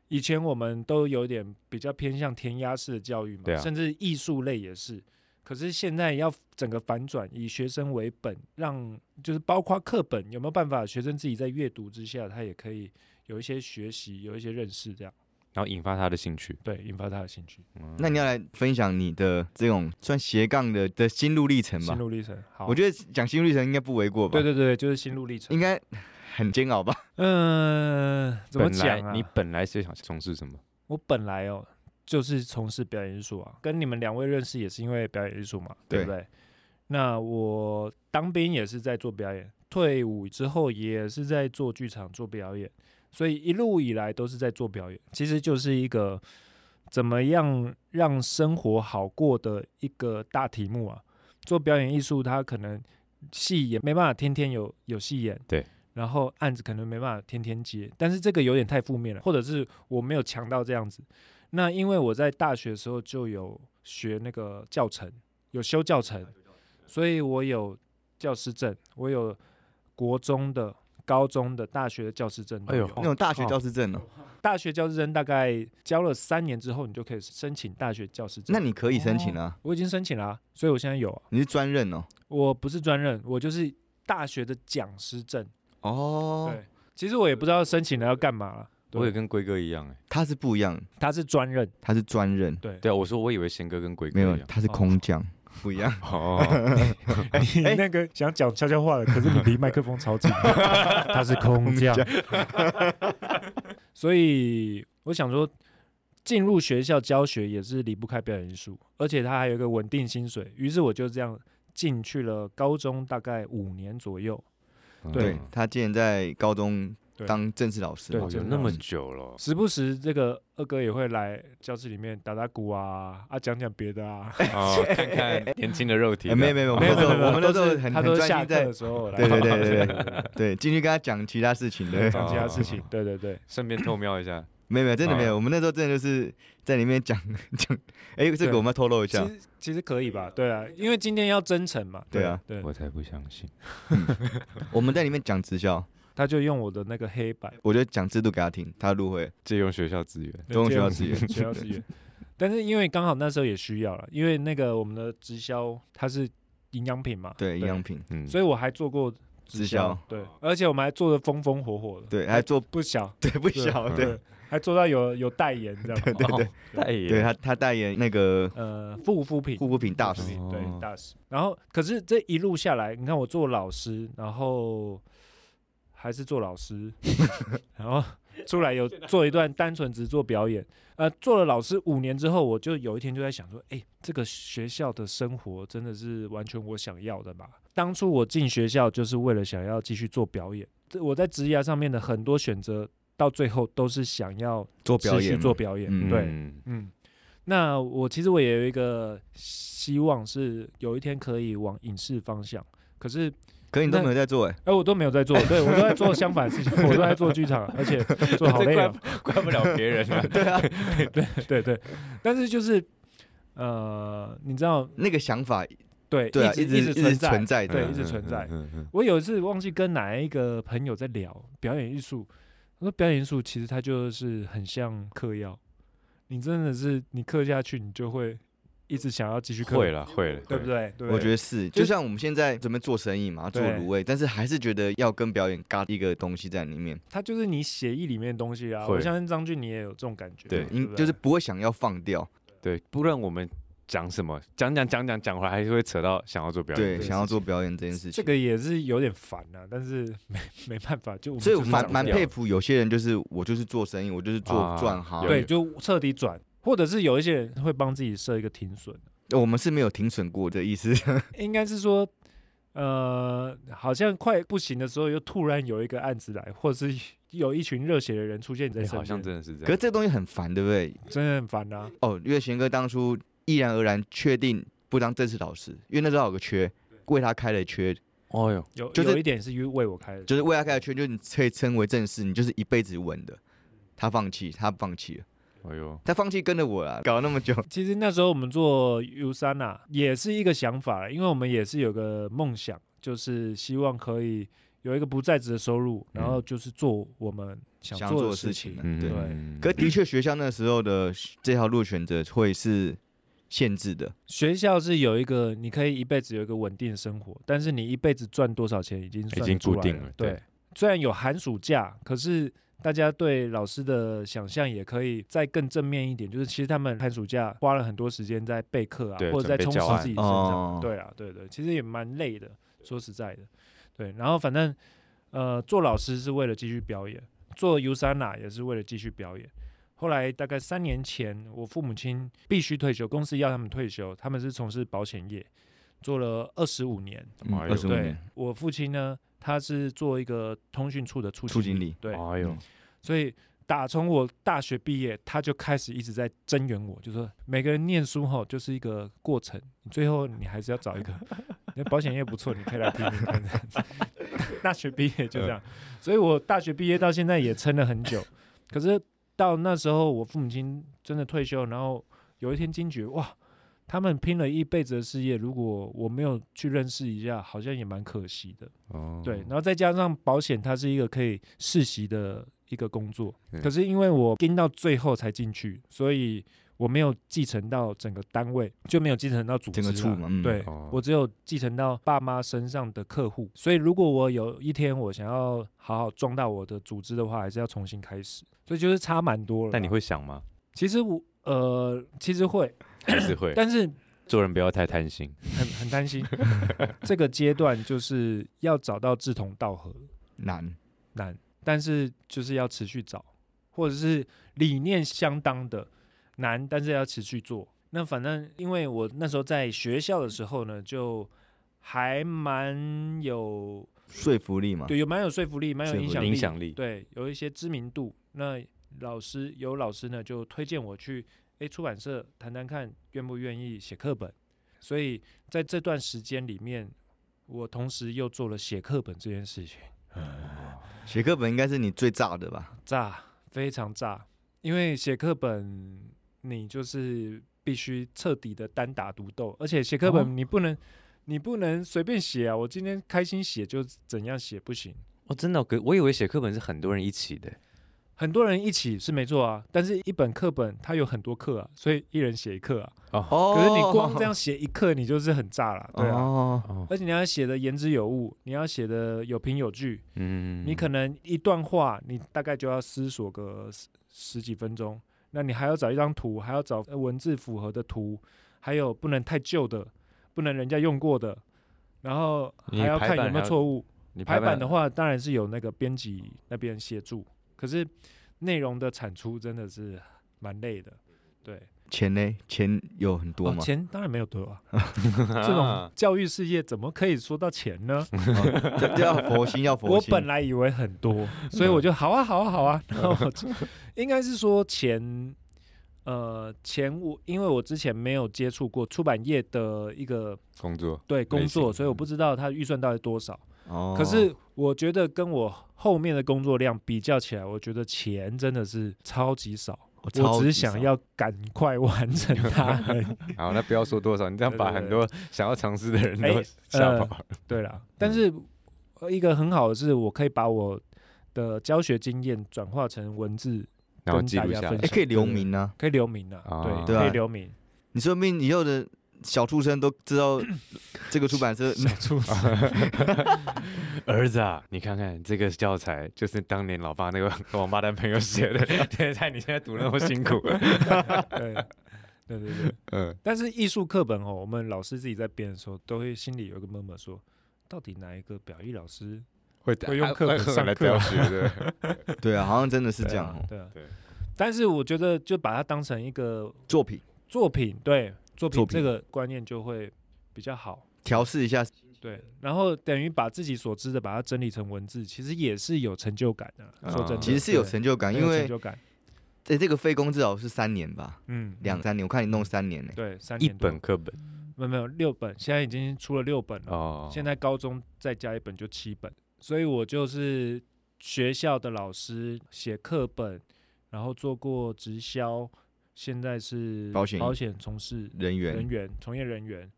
以前我们都有点比较偏向填鸭式的教育嘛，
对啊
甚至艺术类也是。可是现在要整个反转，以学生为本，让就是包括课本有没有办法，学生自己在阅读之下，他也可以有一些学习，有一些认识，这样
然后引发他的兴趣。
对引发他的兴趣。
嗯
那你要来分享你的这种算斜杠的的心路历程
心
吧？
路历程，好，
我觉得讲心路历程应该不为过吧？
对对对，就是心路历程。
应该很煎熬吧？
嗯、怎么
本
讲啊？
来你本来是想从事什么？
我本来哦就是从事表演艺术啊，跟你们两位认识也是因为表演艺术嘛，对不
对
对？那我当兵也是在做表演，退伍之后也是在做剧场做表演，所以一路以来都是在做表演，其实就是一个怎么样让生活好过的一个大题目啊。做表演艺术，它可能戏也没办法天天有有戏演，
对。
然后案子可能没办法天天接，但是这个有点太负面了，或者是我没有强到这样子。那因为我在大学的时候就有学那个教程，有啊修教程，所以我有教师证，我有国中的、高中的、大学的教师证都
哎呦
有。
那种大学教师证哦，
大学教师证大概教了三年之后，你就可以申请大学教师证。
那你可以申请啊，
我已经申请了啊、所以我现在有啊。
你是专任哦。
我不是专任，我就是大学的讲师证。
哦，
对，其实我也不知道申请了要干嘛了。
我
对，
也跟龟哥一样哎。
他是不一样，
他是专任。
他是专任，
对，
对啊，我说我以为贤哥跟龟哥
没有
一，样。
他是空降，不一样。
<laughs> 哦，
你 <laughs> 那个想讲悄悄话的，可是你离麦克风 <laughs> 超近，他是空降。 <laughs> 所以我想说，进入学校教学也是离不开表演艺术，而且他还有一个稳定薪水。于是我就这样进去了高中，大概五年左右。对
对
嗯
他之前在高中
对
当正式老师
对
嘛
哦，有
真
那
的
么
是
<laughs>
久了，
时不时这个二哥也会来教室里面打打鼓啊啊，讲讲别的啊。
哦，看看年轻的肉
<laughs>
体哦
哎，。没有没有，我
没
们
有
那
没
时候
有，没有
我们那时候
都是
很
<laughs> 他
很
都
专
是下
心
课
在
的时候来
对对对对
对对，
对进去跟他讲其他事情的，
<laughs> 讲其他事情，对对对，
顺便偷瞄一下，
没有没有，真的没
啊
有，我们那时候真的就是在里面讲 <laughs> 讲，哎，这个我们要透露一
其
下，
实其实可以吧，对啊，因为今天要真诚嘛，
对啊，
对，
我才不相信。
我们在里面讲直销，
他就用我的那个黑板，
我就讲制度给他听，他入会，
借用学校资源，
都用学校资
借
源
用学校资源，但是因为刚好那时候也需要了，因为那个我们的直销它是营养品嘛，
对营养品，
嗯，
所以我还做过
直销，
对，而且我们还做的风风火火的，
对，还做 <laughs>
不小，
对不
对
小，对
对，还做到有有代言这样，对
<laughs> 对对
代言
对，他他代言那个
呃，护肤品，
护肤品大使，
哦
对大使。然后，可是这一路下来，你看我做老师，然后还是做老师， <laughs> 然后出来有做一段单纯只做表演。呃，做了老师五年之后，我就有一天就在想说，哎，这个学校的生活真的是完全我想要的嘛？当初我进学校就是为了想要继续做表演，这我在职业上面的很多选择，到最后都是想要
做
持
表
续
演嘛，
做表演，
嗯
对。
嗯 <laughs>
嗯，那我其实我也有一个希望是有一天可以往影视方向，可是
可你都没有在做哎，
哎、我都没有在做，对我都在做相反的事情，我都在做剧场，而且做好累
怪
啊，
不怪不了别人啊。
<laughs> 对对，但是就是呃，你知道，
那个想法
对，
对啊，
一
直
直
一
存在，
存在
对
的，
一直存在
嗯。嗯嗯
我有一次忘记跟哪一个朋友在聊表演艺术，我说表演艺术其实它就是很像嗑药，你真的是你嗑下去，你就会一直想要继续
嗯
嗑，
会了会了，
对不
会
对？
了？
对不
我
对
觉得是，
就
就像我们现在准备做生意嘛，做
对
卤味，但是还是觉得要跟表演嘎一个东西在里面，
它就是你协议里面的东西啊。
会
我相信张俊你也有这种感觉，
对
不
因就是不会想要放掉，
对，不论我们讲什么，讲讲讲讲讲回来，还是会扯到想要做表演。
对，
对
想要做表演这件事
这
情。
个也是有点烦啊，但是没 <laughs> 没办法，就我们
所以
就
我
是
蛮
长
蛮
这样
佩服有些人，就是我就是做生意，我就是做
啊
赚行。
有
对，就彻底转，或者是有一些人会帮自己设一个停损，
我们是没有停损过的意思。
应该是说。呃，好像快不行的时候，又突然有一个案子来，或者是有一群热血的人出现在
哎
身边，
好像真的是这
<laughs> 可是
样。
这东西很烦，对不对？
真的很烦啊。
哦，因为贤哥当初毅然而然确定不当正式老师，因为那时候有个缺，为他开了缺，
哦哟，
有、
就是
有一点是因为为我开的，
就是为他开了缺，就是你可以称为正式，你就是一辈子稳的。他放弃，他放弃了，
哎呦，
他放弃跟着我啊，搞了那么
<laughs>
久，
其实那时候我们做 U 三啊，也是一个想法，因为我们也是有个梦想，就是希望可以有一个不在职的收入，
嗯
然后就是做我们想
想
做
做
的
的
事
事
情
情。
嗯，
对
嗯
可的确，学校那时候的这条路选择会是限制的，
学校是有一个，你可以一辈子有一个稳定的生活，但是你一辈子赚多少钱已经算得
已经
出来
固定了
对，
对
虽然有寒暑假，可是大家对老师的想象也可以再更正面一点，就是其实他们寒暑假花了很多时间在备课啊，
对
或者在
准
充
备
实
教案
自己身上。
哦
对啊，对对，其实也蛮累的，说实在的，对。然后反正呃，做老师是为了继续表演，做 U 三啦也是为了继续表演。后来大概三年前，我父母亲必须退休，公司要他们退休，他们是从事保险业，做了二十五年。
哎呦
嗯二十五
对
年，
我父亲呢，他是做一个通讯处的处
处经
理，哦
理。
对，
哎呦，
所以打从我大学毕业，他就开始一直在增援我，就说每个人念书哈就是一个过程，你最后你还是要找一个， <laughs> 你的保险业不错，你可以来听听看。 <laughs> 大学毕业就这样，所以我大学毕业到现在也撑了很久，可是到那时候我父母亲真的退休，然后有一天惊觉哇。他们拼了一辈子的事业，如果我没有去认识一下，好像也蛮可惜的。
哦
对，然后再加上保险，它是一个可以世袭的一个工作
对，
可是因为我盯到最后才进去，所以我没有继承到整个单位，就没有继承到组织
整
啦、
个处嘛嗯
啊对、
哦
我只有继承到爸妈身上的客户，所以如果我有一天我想要好好壮大我的组织的话，还是要重新开始，所以就是差蛮多了啦。
但你会想吗？
其实我呃其实会，
还是会，
但是
做人不要太贪心。
很很担
<laughs>
心，这个阶段就是要找到志同道合。
难，
难，但是就是要持续找，或者是理念相当的难，但是要持续做。那反正因为我那时候在学校的时候呢，就还蛮有
说服力嘛，
对有蛮有说服力，蛮有
说服力
影响力，
啊影响力，
对有一些知名度。那老师有老师呢就推荐我去诶出版社谈谈看愿不愿意写课本，所以在这段时间里面，我同时又做了写课本这件事情。
写课本应该是你最炸的吧？
炸，非常炸。因为写课本，你就是必须彻底的单打独斗，而且写课
哦
本你不能，你不能随便写啊！我今天开心写就怎样写不行，
哦，真的哦，可我以为写课本是很多人一起的，
很多人一起是没错啊，但是一本课本它有很多课啊，所以一人写一课啊。
哦
可是你光这样写一课，你就是很炸了，对啊。
哦，
哦，
而且你要写的言之有物，你要写的有凭有据，
嗯，
你可能一段话，你大概就要思索个十十几分钟。那你还要找一张图，还要找呃文字符合的图，还有不能太旧的，不能人家用过的，然后
你
还要
排
看有
版
没
还
有
要
错误。
你
排版的
话，
话，当然是有那个编辑那边协助，可是内容的产出真的是蛮累的。对，
钱呢？钱有很多
哦
吗？
<laughs> 钱当然没有多啊，这种教育事业怎么可以说到钱呢？
哦这这 <laughs> 要佛心，要佛
我
心。
本来以为很多，
嗯
所以我就好啊，好啊，好啊。然后
<laughs>
我就应该是说前，呃，前我因为我之前没有接触过出版业的一个
工作
对工
类
作，
型
所以我不知道它预算到底多少。
嗯哦，
可是我觉得跟我后面的工作量比较起来，我觉得钱真的是超级少，
我
我
超
只
级
是想
少
要赶快完成它
<laughs>
而已。
好，那不要说多少，你这样
对
把
对
很
对
多想要尝试的人
哎
都吓
呃
跑了。
对啦，
嗯
但是呃一个很好的是，我可以把我的教学经验转化成文字，
然后
跟
记
大
录
家
下来
分
哎，
享
可以留名啊！
可以留名了、
啊
对，
对啊
可以
<laughs>
留名。
你说不定以后的小畜生都知道 <coughs> 这个出版社
出事
儿子啊，你看看这个教材，就是当年老爸那个王八蛋朋友写的，现在你现在读那么辛苦。
对对对对。
嗯，
但是艺术课本哦，我们老师自己在编的时候，都会心里有一个 murmur 说，到底哪一个表意老师
会
会用
还
课
会
本
很
上
来
课
教
啊
学的。
对啊，好像真的是这样
对
哦
啊。对啊
对
但是我觉得就把它当成一个
作品
作品，对作品
作品
这个观念就会比较好。
调试一下，
对，然后等于把自己所知的把它整理成文字，其实也是有成就感的、
啊
说真的，
其实是有
对
成就感，
很
因
有
为
成就感，
在这个费工至少是三年吧，
嗯，
两
嗯
三年，我看你弄三年呢。
对三
一
年多
本课本
没有没有六本，现在已经出了六本了。
哦，
现在高中再加一本就七本，所以我就是学校的老师写课本，然后做过直销，现在是
保险
保险从事
人员。
人员从业人员。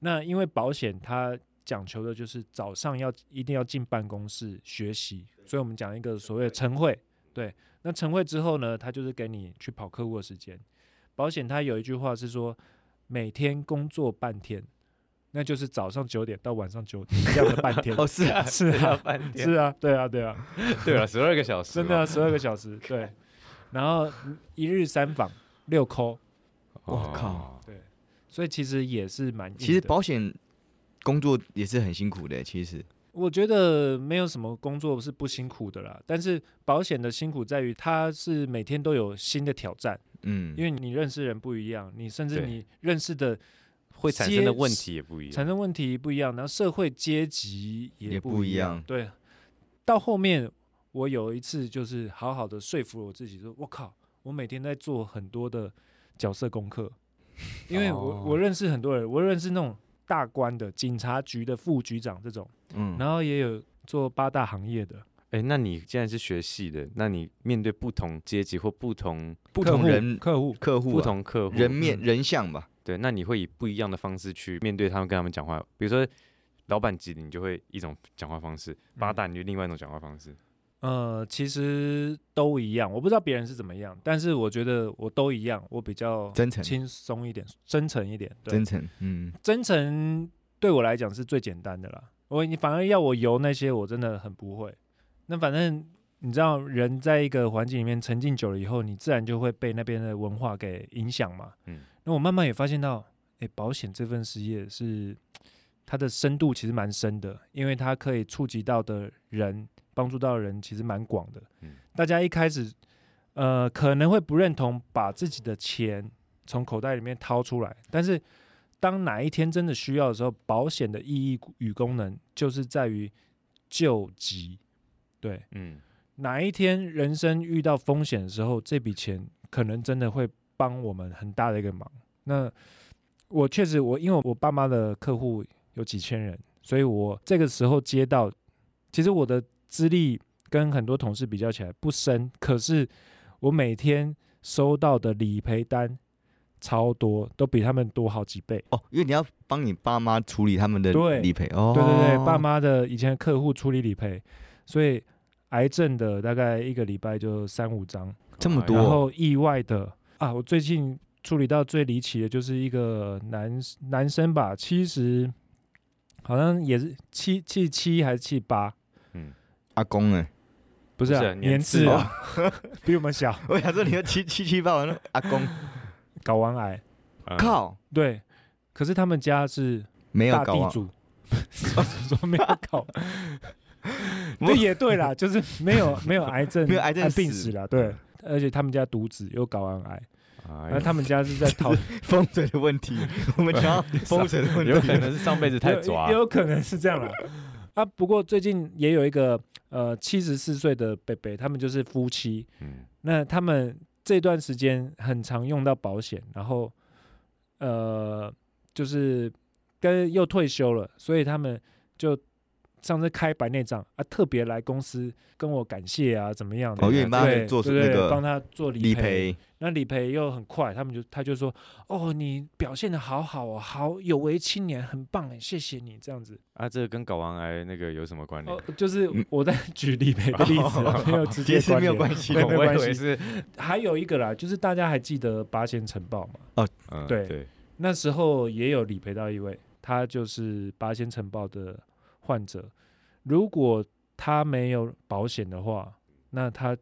那因为保险它讲求的就是早上要一定要进办公室学习，所以我们讲一个所谓的晨会。对，那晨会之后呢，它就是给你去跑客户的时间。保险它有一句话是说，每天工作半天，那就是早上九点到晚上九点这样的半
<laughs>
天
哦，是啊，
是啊，是啊，对啊，对啊。
对了，十二个小时
真
嘛，
的
啊
啊十二个小时，对。然后一日三访六抠，
我靠
哦，
对，所以其实也是蛮硬的。
其实保险工作也是很辛苦的，其实
我觉得没有什么工作是不辛苦的啦，但是保险的辛苦在于它是每天都有新的挑战，
嗯，
因为你认识人不一样，你甚至
对
你认识的
会产生
接
的问题也啊不一
产
样。
生问题不一样，然后社会阶级也
也
不
不
一
一
样
样
对，到后面我有一次就是好好的说服我自己说，我靠，我每天在做很多的角色功课，因为我、
哦
我认识很多人，我认识那种大官的、警察局的副局长这种，
嗯，
然后也有做八大行业的，
哎，那你既然是学戏的，那你面对不同阶级或不同
不
客
同
户
人
客户，
客户
不
啊
同客户
人面
嗯
人像吧，
对，那你会以不一样的方式去面对他们，跟他们讲话。比如说，老板级的你就会一种讲话方式，八
嗯
大你就另外一种讲话方式。
呃，其实都一样，我不知道别人是怎么样，但是我觉得我都一样，我比较
真诚
轻松一点，真诚一点，对
真诚，嗯，
真诚对我来讲是最简单的啦。我你反而要我游那些，我真的很不会。那反正你知道，人在一个环境里面沉浸久了以后，你自然就会被那边的文化给影响嘛。
嗯
那我慢慢也发现到，哎，保险这份事业是它的深度其实蛮深的，因为它可以触及到的人、帮助到的人其实蛮广的。
嗯
大家一开始呃可能会不认同把自己的钱从口袋里面掏出来，但是当哪一天真的需要的时候，保险的意义与功能就是在于救急。对，
嗯，
哪一天人生遇到风险的时候，这笔钱可能真的会帮我们很大的一个忙。那我确实，我因为我爸妈的客户有几千人，所以我这个时候接到，其实我的资历跟很多同事比较起来不深，可是我每天收到的理赔单超多，都比他们多好几倍。
哦，因为你要帮你爸妈处理他们的
对
理赔哦，
对对对，爸妈的以前的客户处理理赔，所以癌症的大概一个礼拜就三五张，
这么
哦
多
然
哇
后意外的啊，我最近处理到最离奇的就是一个男男生吧，七十，好像也是七七七还是七八，
阿公哎，
不是、啊、
不是啊
年
年
次
次
啊， <laughs> 比我们小，
<laughs> 我想说你要七七七八完
<laughs>
了，阿公
嗯睾丸癌，
嗯
靠，
对，可是他们家是
没有
大
搞啊
地
完，
主， <laughs> 说没有
<laughs>
搞，对也对啦，就是没有没有癌
<laughs>
症，啊
没有癌症嗯
病
死
史啦，对，而且他们家独子有睾丸癌，
哎
那
呦
他们家是在讨
<laughs> 风水的问
<laughs>
题，我们讲到风水的问
<laughs> 有
题
可，能是上辈子太
有
抓
也，有可能是这样啦。 <laughs> 啊，不过最近也有一个呃七十四岁的北北，他们就是夫妻，
嗯，
那他们这段时间很常用到保险，然后呃就是跟又退休了，所以他们就上次开白内障啊，特别来公司跟我感谢啊，怎么样的？
哦，因为你帮
对
他做
对
那
对帮
个
他做
理赔，
那理赔又很快，他们就他就说：“哦，你表现的好好哦，好有为青年，很棒哎，谢谢你。”这样子，
啊，这个跟睾丸癌那个有什么关联
哦？，就是
嗯哦
我在 <laughs> 举理赔的例子啊，没有直
其 <laughs>
接
实没有
联。
关系
对。没
我
关
以
系
为是，
还有一个啦，就是大家还记得八仙城堡嘛？
嗯，
对
对，
那时候也有理赔到一位，他就是八仙城堡的患者。如果他没有保险的话，那他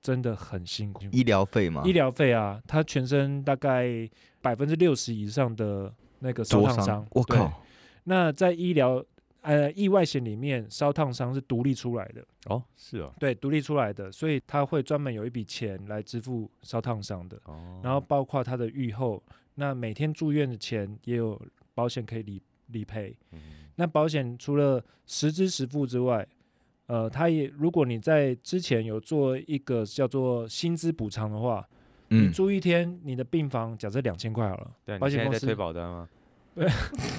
真的很辛苦。
医疗费嘛，
医疗费啊，他全身大概百分之六十以上的那个烧
灼
烫伤。
我
对！
靠，
那在医疗呃意外险里面，烧烫伤是独立出来的，
哦，是哦，
对，独立出来的，所以他会专门有一笔钱来支付烧烫伤的，
哦，
然后包括他的愈后，那每天住院的钱也有保险可以理理赔。
嗯
那保险除了实支实付之外，呃，它也如果你在之前有做一个叫做薪资补偿的话，
嗯，
住一天，你的病房假设两千块好了，
对啊，
保
你
险
现
公
在在
司
推保单吗？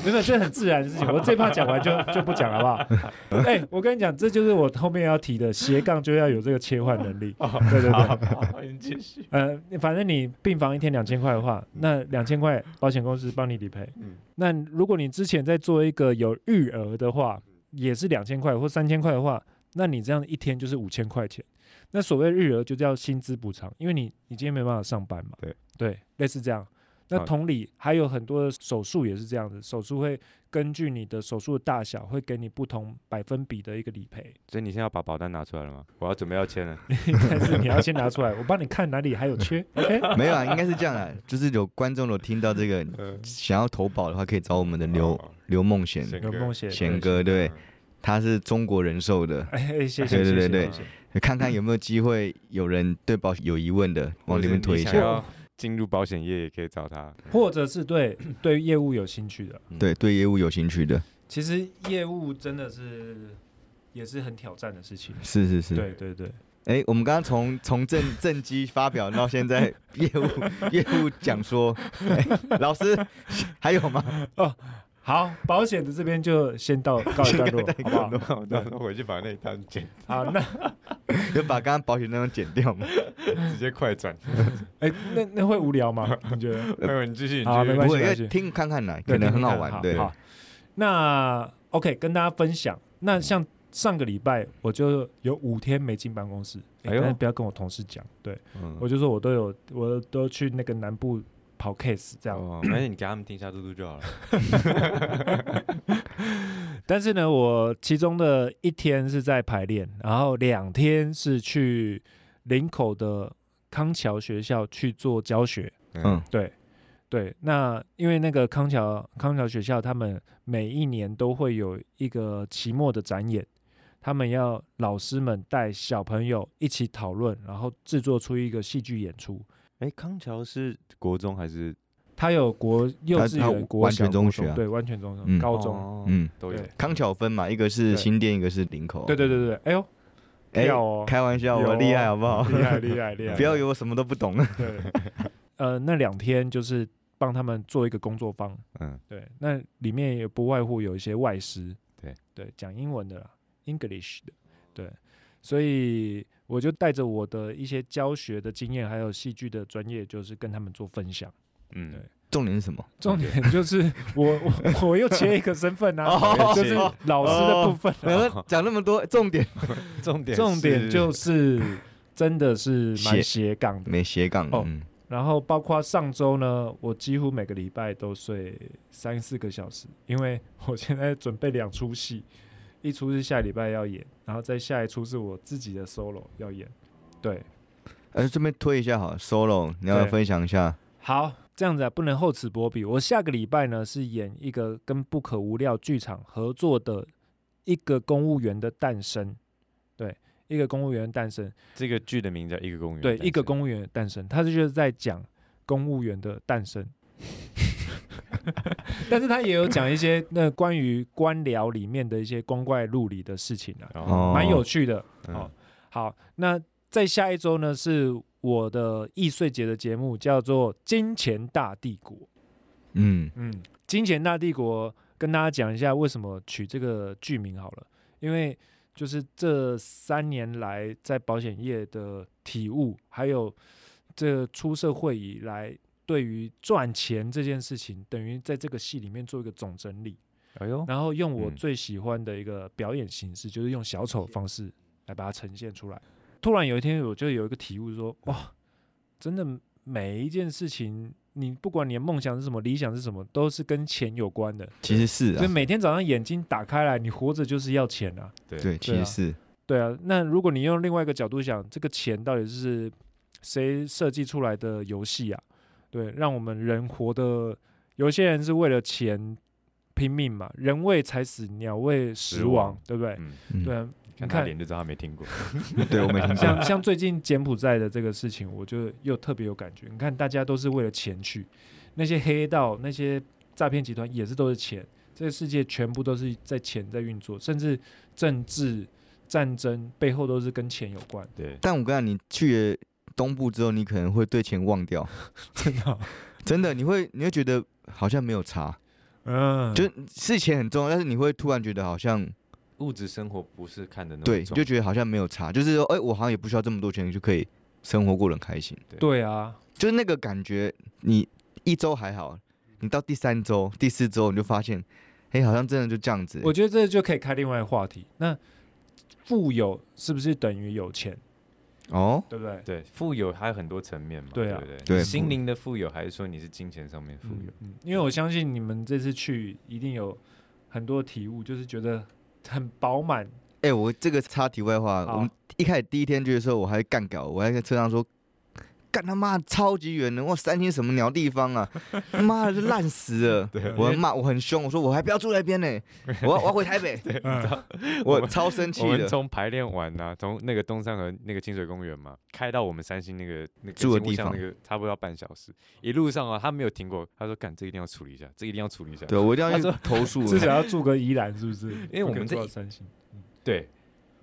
没有，这很自然的事情。我最怕讲完就就不讲了，好不
<laughs>
好？哎、我跟你讲，这就是我后面要提的斜杠就要有这个切换能力。对对对，
对，哦你继续，
呃，反正你病房一天两千块的话，那两千块保险公司帮你理赔。
嗯
那如果你之前在做一个有余额的话，
嗯
也是两千块或三千块的话，那你这样一天就是五千块钱。那所谓日额就叫薪资补偿，因为你你今天没办法上班嘛。
对
类似这样。那
好
同理，还有很多的手术也是这样子，手术会根据你的手术的大小，会给你不同百分比的一个
<laughs>
理赔。
所以你现在要把保单拿出来了吗？我要准备要签了，
但是你要先拿出来，我帮你看哪里还有缺。OK，
<laughs> 没有啊，应该是这样啊， <laughs> 就是有观众有听到这个，
嗯
想要投保的话，可以找我们的刘
哦嗯
刘梦贤，
贤
有风险。
贤哥，对，他是中国人寿的，
哎，哎谢
对对
谢，谢谢
对对
谢谢
看看有没有机会有人对保有疑问的，往里面推一
或者是你想
下。
要进入保险业也可以找
<laughs>
他，
或者是对对业务有兴趣的，
对对，业务有兴趣的，
其实业务真的是也是很挑战的事情。
是是是。
对对对，
哎，我们刚刚从从正正机发表到现在业务业务讲说， <laughs> 哎老师还有吗？
好，保险的这边就先到告一
<laughs>
段落，好不好？
那我到时候回去把那一单剪，
好，那
就把刚刚保险那种剪掉嘛。
直接
<laughs>
快转。
哎、那那会无聊吗？你觉得？
呃
没有，你继续，你
好
继
没
续
关
不会，
系没
因
关
为
系
听看看来，可
对
能
听
很好
听看
玩。对，
好，那 OK，跟大家分享。那像上个礼拜，我就有五天没进办公室，哎
哎呦
但是不要跟我同事讲，对
嗯
我就说我都有，我都去那个南部跑 case 这样。
哦，没事，你给他们听一下嘟嘟就好了。
但是呢，我其中的一天是在排练，然后两天是去林口的康桥学校去做教学。
嗯，
对，对，那因为那个康桥康桥学校，他们每一年都会有一个期末的展演，他们要老师们带小朋友一起讨论，然后制作出一个戏剧演出。
哎，康桥是国中还是
他有国幼
他
稚
他
园、国
完
小、
全中
国中
学啊
对，完全中学、
嗯
高中，
哦
嗯
都有
对。
康巧分嘛，一个是
对
新店，一个是林口。
对对对对，哎呦，
哎
要哦，
开玩笑，
有
我
哦
厉害好不好？
厉害厉害厉
<laughs>
害，
不要以为我什么都不懂。
对，呃，那两天就是帮他们做一个工作坊，
嗯，
对，那里面也不外乎有一些外师，
对
对，讲英文的啦，English 的，对，所以我就带着我的一些教学的经验，还有戏剧的专业，就是跟他们做分享。
嗯
对
重点是
<laughs>
什么？
重点就是我我我又切一个身份啊，
哦
就是老师的部分啊、
然后讲那么多，重点
重点
哦重点就是真的是蛮
斜
斜杠的。
没斜杠
哦
嗯
然后包括上周呢，我几乎每个礼拜都睡三四个小时，因为我现在准备两出戏，一出是下礼拜要演，然后再下一出是我自己的 solo 要演。对，
哎，这边推一下好了，solo，你要不要
对
分享一下
好，这样子啊，不能厚此薄彼。我下个礼拜呢是演一个跟不可无料剧场合作的一个公务员的诞生，对，一个公务员的诞生，
这个剧的名字叫《一个公园》，
对，一个公务员的诞生，他就是在讲公务员的诞生。 <laughs> 但是他也有讲一些那关于官僚里面的一些光怪陆离的事情啊，
哦
蛮有趣的。
嗯
哦好，那在下一周呢，是我的易碎节的节目，叫做《金钱大帝国》。
嗯，
嗯，《金钱大帝国》跟大家讲一下为什么取这个剧名好了，因为就是这三年来在保险业的体悟，还有这出社会以来对于赚钱这件事情，等于在这个戏里面做一个总整理，
哎呦，
然后用我
嗯
最喜欢的一个表演形式，就是用小丑方式来把它呈现出来。突然有一天，我就有一个体悟说，哇，真的每一件事情，你不管你的梦想是什么，理想是什么，都是跟钱有关的。
其实是
所以
啊，
每天早上眼睛打开来，你活着就是要钱啊。
对，其实是 <laughs>
对啊，那如果你用另外一个角度想，这个钱到底是谁设计出来的游戏啊？对，让我们人活得，有些人是为了钱拼命嘛，人为财死，鸟为食
食
亡，
亡
对不对？
嗯，
嗯
对啊，你
看他
看
脸就知道他没听过。
对，我没听
<laughs> 像像最近柬埔寨的这个事情，我就又特别有感觉。你看，大家都是为了钱去，那些黑道、那些诈骗集团也是都是钱，这个世界全部都是在钱在运作，甚至政治战争背后都是跟钱有关。 <laughs>
对，
但我跟你讲，你去了东部之后，你可能会对钱忘
<laughs>
掉，
真的哦、
真的，你会你会觉得好像没有差，
嗯，
就是事钱很重要，但是你会突然觉得好像
物质生活不是看的那么
对，你
重
就觉得好像没有差，就是说，哎、我好像也不需要这么多钱就可以生活过得很开心，
对啊，
就是那个感觉，你一周还好，你到第三周、第四周你就发现，哎、好像真的就这样子、
我觉得这就可以开另外一个话题。那富有是不是等于有钱？
哦，
对不对？
对，富有还有很多层面嘛，
对啊
不对？
对
心灵的富有，还是说你是金钱上面富
嗯
有？
嗯，因为我相信你们这次去一定有很多体悟，就是觉得很饱满。
哎、我这个插题外话，
好
啊我们一开始第一天去的时候，我还干搞，我还在车上说。干他妈超级远的，哇！三星什么鸟地方啊？妈的，就烂死
<laughs>
了！
啊
我还骂我很凶，我说我还不要住那边呢，我要我要回台北，我超生气
我们
的。
从排练完呐、从那个东山河那个清水公园嘛，开到我们三星那个那个
住的
金屋
地
巷
方
那个差不多要半小时。一路上啊，他没有停过，他说：“干，这一定要处理一下，这一定要处理一下。
对，我一定要
他
去
说
投诉。
至少要住个宜兰，是不是？因
为我们这
这
一
三星，”
对，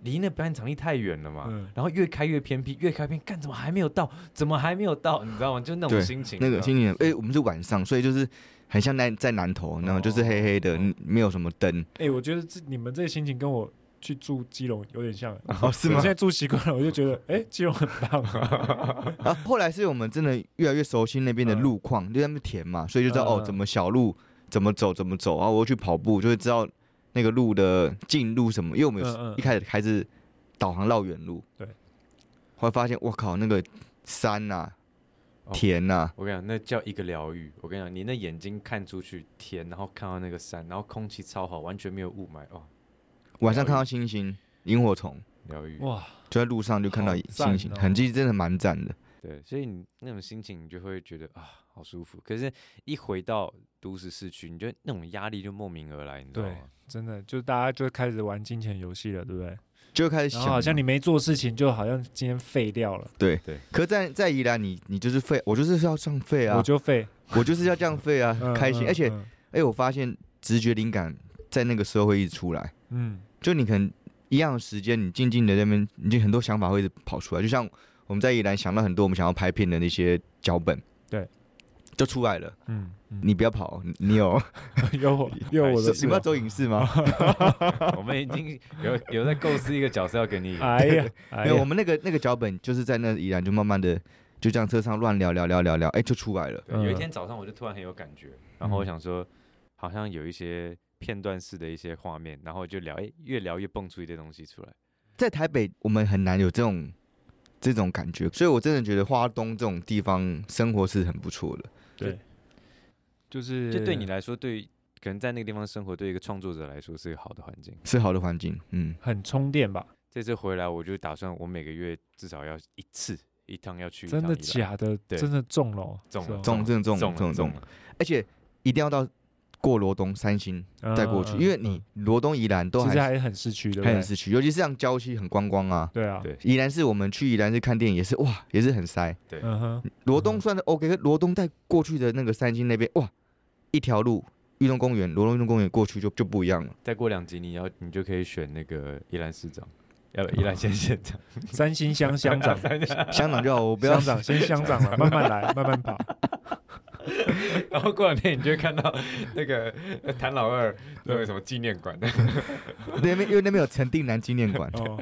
离那表演场地太远了嘛，
嗯
然后越开越偏僻，越开偏，干怎么还没有到？怎么还没有到？你知道吗？就那种
对
心情，
那个
你知道
心情，哎、我们是晚上，所以就是很像南在南头，然后
哦
就是黑黑的，嗯没有什么灯。
哎、我觉得这你们这个心情跟我去住基隆有点像。
哦，是
我
吗
现？在住习惯了，我就觉得，
<laughs>
哎、基隆很棒、
啊， <laughs> 后来是我们真的越来越熟悉那边的
嗯
路况，就在那边田嘛，所以就知道、
嗯
哦，怎么小路怎么走怎么走，然后我又去跑步，就会知道那个路的近路什么，因为我们有、
嗯嗯
一开始还是导航绕远路，
对，
后来发现我靠，那个山呐、
哦
田啊呐、
我跟你讲，那叫一个疗愈。我跟你讲，你那眼睛看出去天，然后看到那个山，然后空气超好，完全没有雾霾哦，
晚上看
哦
到星星、萤火虫，
疗愈。
哇！
就在路上就看到
好赞
星星，
哦
痕迹真的蛮赞的。
对，所以你那种心情，你就会觉得啊，好舒服。可是，一回到都市市区，你就那种压力就莫名而来，你知道
对
吗？
真的，就大家就开始玩金钱游戏了，对不对？
就开始想啊
然后
嘛，
好像你没做事情，就好像今天废掉了，
可在在宜兰，你你就是废，我就是要上废啊，
我
我就
就废，
我就是要这样废啊，
<laughs> 嗯
开心。
嗯
而且，哎、
嗯
我发现直觉灵感在那个时候会一直出来，
嗯，
就你可能一样的时间，你静静的那边，你就很多想法会一直跑出来。就像我们在宜兰想到很多我们想要拍片的那些脚本，
对，
就出来了。
嗯，嗯
你不要跑，你你有
有
<laughs>
我有我的
你
事
不
哦、
要走影视吗？
我们已经有
<laughs>
有在构思一个角色要给你
<laughs>
<laughs>
演，
哎呀，哎
没有，我
呀，
们那个那个脚本就是在那宜兰就慢慢的就这样车上乱聊聊聊聊聊，哎、就出来了。
对，有一
嗯
天早上我就突然很有感觉，然后我
嗯
想说，好像有一些片段式的一些画面，然后就聊，哎，越聊越蹦出一些东西出来。
在台北，我们很难有这种这种感觉，所以我真的觉得花东这种地方生活是很不错的。
对，就是
就对你来说，对可能在那个地方生活，对一个创作者来说是一个好的环境。
是好的环境，嗯，
很充电吧？
这次回来，我就打算我每个月至少要一次一趟要去一趟
真
宜
的
兰，
假的？
对
真的中了哦，
中
是
了
哦
中这种这
中
种这种
了
这
中
种，
了，
而且一定要到过罗东三星再过去，
嗯
因为
嗯
你
嗯
罗东宜兰都
其
还
实
是
还很市区，对不
还很
对？
市区，尤其是像郊区很观光啊。
对啊，
对
宜兰是我们去宜兰是看电影也是哇，也是很塞。<laughs>
嗯哼，
罗东算是 OK，可是罗东在过去的那个三星那边哇，一条路运动公园，罗东运动公园过去就就不一样
<laughs>
了。
再过两集你要你就可以选那个宜兰市长，要不宜
哦
兰县县长， <laughs>
三星乡
<laughs>
乡长，
香港就好，我不要
乡长先乡长了，慢慢来，慢慢爬。
然后过两天你就会看到那个呃谭老二那个什么纪念馆，
<laughs> 那边，因为那边有陈定南纪念馆，
哦，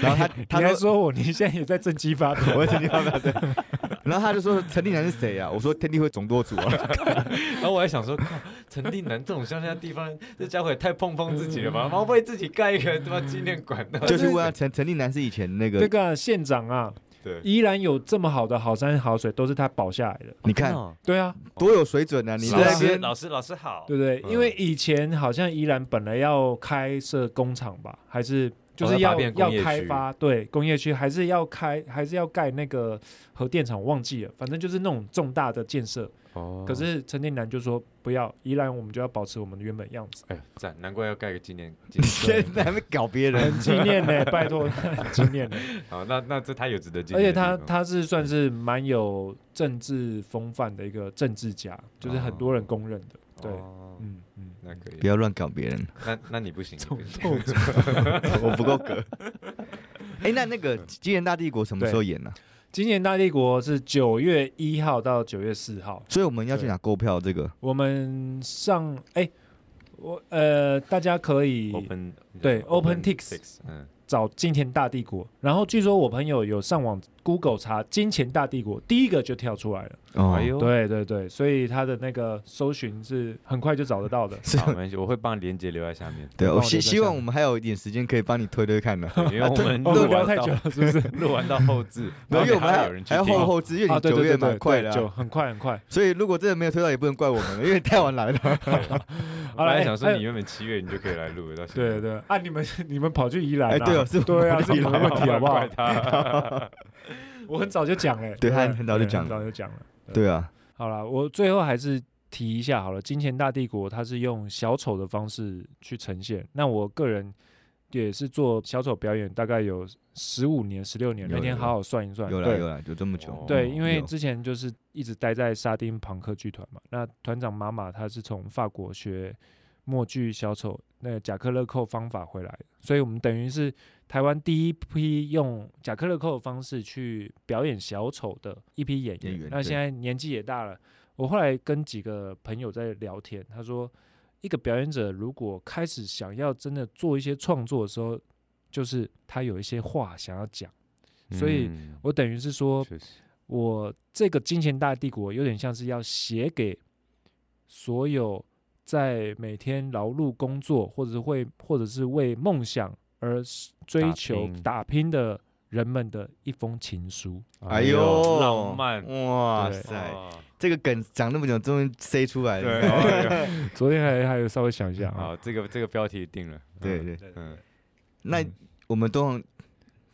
然后
<laughs>
他 <laughs> 他
你还
说
说我，你现在也在正激发抖，
<laughs> 我陈定
<laughs>
南对， <laughs> 然后他就说陈定南是谁啊？我说天地会总舵主
<laughs>
啊，
<laughs> 然后我还想说，靠，陈定南这种乡下地方，这家伙也太碰碰自己了吧？然后为自己盖一个他妈纪念馆呢？
就是问他陈陈定南是以前那
那
个，
个啊县长啊，
<laughs> 对，
依然有这么好的好山好水，都是他保下来的。
你看
对啊，
多有水准啊！你在那
是
边
哦老师老师好
对不对？
嗯
因为以前好像依然本来要开设工厂吧，还是
哦
就是
要
要
把它变
要
工业区
开发对工业区，还是要开还是要盖那个核电厂，我忘记了，反正就是那种重大的建设。
哦
可是陈定南就说不要，依然我们就要保持我们的原本样子
<laughs> ，哎呀赞，难怪要盖个纪念纪
你
念
现在还没搞别人，
很纪念呢、拜托， <laughs> 很纪念呢、
馆。好，那那这他有值得纪
而且
念的地
哎他
哦方，
他是算是蛮有政治风范的一个政治家，就是很多人公认的。对，
哦
嗯嗯，
那可以
不，要乱搞别人，
那那你不行，你不行
我不够格。哎，那那个《机器人大帝国》什么时候演呢？啊
今年大帝国是九月一号到九月四号，
所以我们要去哪购票？这个
我们上哎、我呃，大家可以
<laughs> open
对 OpenTix
Tix，嗯，
找《金钱大帝国》，然后据说我朋友有上网 Google 查《金钱大帝国》，第一个就跳出来了。
哦
哎，呦，
对对对，所以他的那个搜寻是很快就找得到的。
<laughs> 是
好，没关系，我会帮链接留在下面，
对，
帮
我
我
希
留在
希望
下
我们还有一点时间可以帮你推推看呢。
因为我们
哦，
录
聊
完
太
到
久了，是不是？
<laughs> 录完到后置，
没有，因为我们还
有人
还
去
要
听，
后后置，因为
啊，
你
对
九
对
月
对
蛮
对，
快的
对就
啊，
很快很快。
所以如果真的没有推到，也不能怪我们，因为太晚来了。
好
本
了，
来
哎
想说
哎
你原本七月你就可以来录了，到现
对
在。
对啊，你们 <laughs> 你们跑去宜兰、啊，
哎对哦是我
对啊，
跑
是
去
你
宜
们
兰
的问题好不好
怪？他。
我很早就讲了，
<laughs> 对
不
他很早就
对
讲
很
了
早就讲了。
对啊，
好了，我最后还是提一下好了，《金钱大帝国》它是用小丑的方式去呈现。那我个人也是做小丑表演，大概有十五年、十六年，
有
那天
有
好好算一算，
<laughs> 有
对
了有了，有这么久。嗯
对，因为
哦有
之前就是一直待在沙丁庞克剧团嘛。那团长妈妈她是从法国学默剧小丑那个贾克勒寇方法回来的，所以我们等于是台湾第一批用贾克勒寇的方式去表演小丑的一批演
演
员。
员
那
对
现在年纪也大了，我后来跟几个朋友在聊天，他说，一个表演者如果开始想要真的做一些创作的时候，就是他有一些话想要讲。所以
嗯
我等于是说，
确实
我这个金钱大帝国有点像是要写给所有在每天劳碌工作，或者是会或者是为梦想而是追
打
求
拼
打拼的人们的一封情书。
哎呦，
浪漫，
哇
对
塞，
哦
这个梗讲那么久，终于塞出来
对
<laughs> 了。
哦，
昨天还还有稍微想一下啊，
好，这个这个标题定了，
<laughs> 对
嗯，
对，
嗯，
那我们都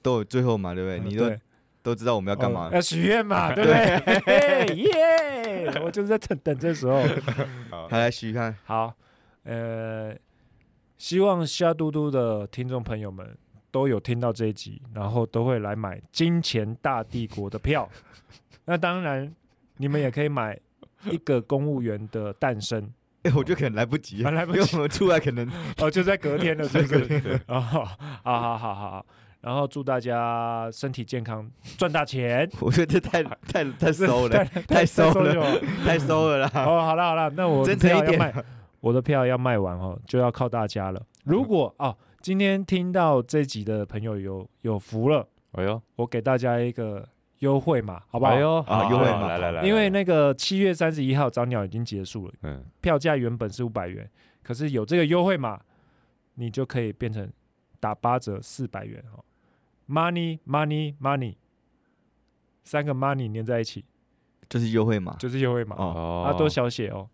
都有最后嘛，对不对？
嗯
你
对
都都知道我们要干嘛
哦？要许
<laughs>
愿嘛，对不对？嘿耶！我就是在等等这时候。
好
他，来许看，
好，呃，希望虾嘟嘟的听众朋友们都有听到这一集，然后都会来买《金钱大帝国》的票。那当然，你们也可以买一个公务员的诞生，
哎，我觉得可能来不及
啊，
了，
来不
因为
及
我们出来可能
<laughs> 哦，就在隔天了，是不是？
对
哦，好好好好好。然后祝大家身体健康，赚大钱。
我觉得这太太太收
<laughs> 太
了，太收
就
了，
好
太收了 <laughs> 啦。
哦，好了好了，那我的
真诚
票
一
要
点
卖， <laughs> 我的票要卖完哦，就要靠大家了。如果哦，今天听到这集的朋友有有福了，
哎呦，
我给大家一个优惠码，好不好？
哎呦，
啊
好
优惠
好
码
来来来，
因为
来
那个七月三十一号早鸟已经结束了，
嗯，
票价原本是五百元，可是有这个优惠码，你就可以变成打八折四百元哦。Money money money，三个 money 连在一起
就是优惠码。
就是优惠码，
哦，
哦
啊，都小写哦，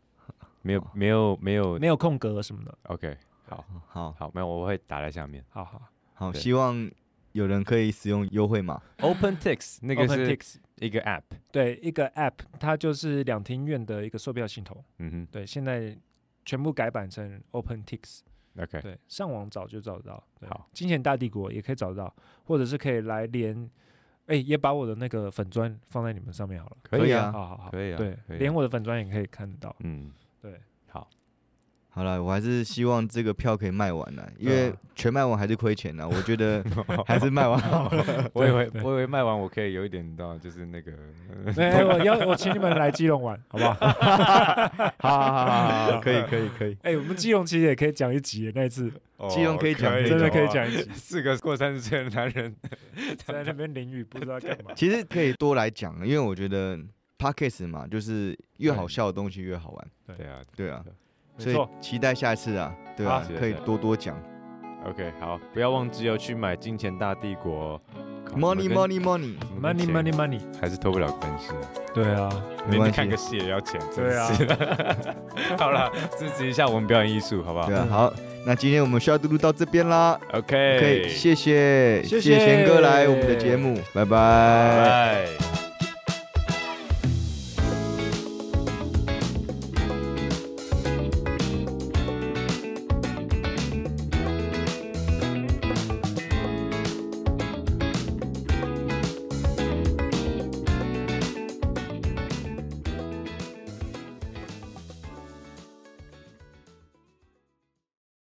没有没有没有
没有空格什么的。
，OK，
好
好，没有，我会打在下
<laughs>
面。
好好
好，
对
希望有人可以使用优惠码。
OpenTix 那个是
OpenTix
一个 App，
哦对一个 app，它就是两厅院的一个售票系统。
嗯
对，现在全部改版成 OpenTix。
哼，OK，
对，上网找就找得到。对
好，
金钱大帝国也可以找得到，或者是可以来连，哎，也把我的那个粉砖放在你们上面好了。
可以啊
好好好，
可以啊
对
可以，啊
连我的粉砖也可以看得到。
嗯， <laughs>
对，
好，
好了，我还是希望这个票可以卖完了，因
对啊
为全卖完还是亏钱呢。我觉得还是卖完好了。
我以为
对
我以为卖完我可以有一点到就是那个，
哎，我要我请你们来基隆玩，好不好？ <laughs>
好好好好好，可以可以可以。
哎，我们基隆其实也可以讲一集，那一次
基隆可以讲
哦
真的可以
哦
讲一
<laughs>
集，
四个过三十岁的男人，
在那边淋雨不知道干嘛。
其实可以多来讲，因为我觉得 podcast 嘛，就是越好笑的东西越好玩。
对啊
对啊，所
没
以
错，
期待下次啊，对吧、啊
好？
可以多多讲
，OK，好，不要忘记要去买《金钱大帝国》哦
money money money，
money money money，
还是脱不了关系，
对啊，
没
连
关
看个
系。
戏也要钱，真
对啊
是的。 <laughs> 好了，支持一下我们表演艺术，好不好
对啊，好，那今天我们需要嘟嘟到这边啦。
？OK，
可以，谢谢
谢谢
贤哥来我们的节目，拜拜
拜拜。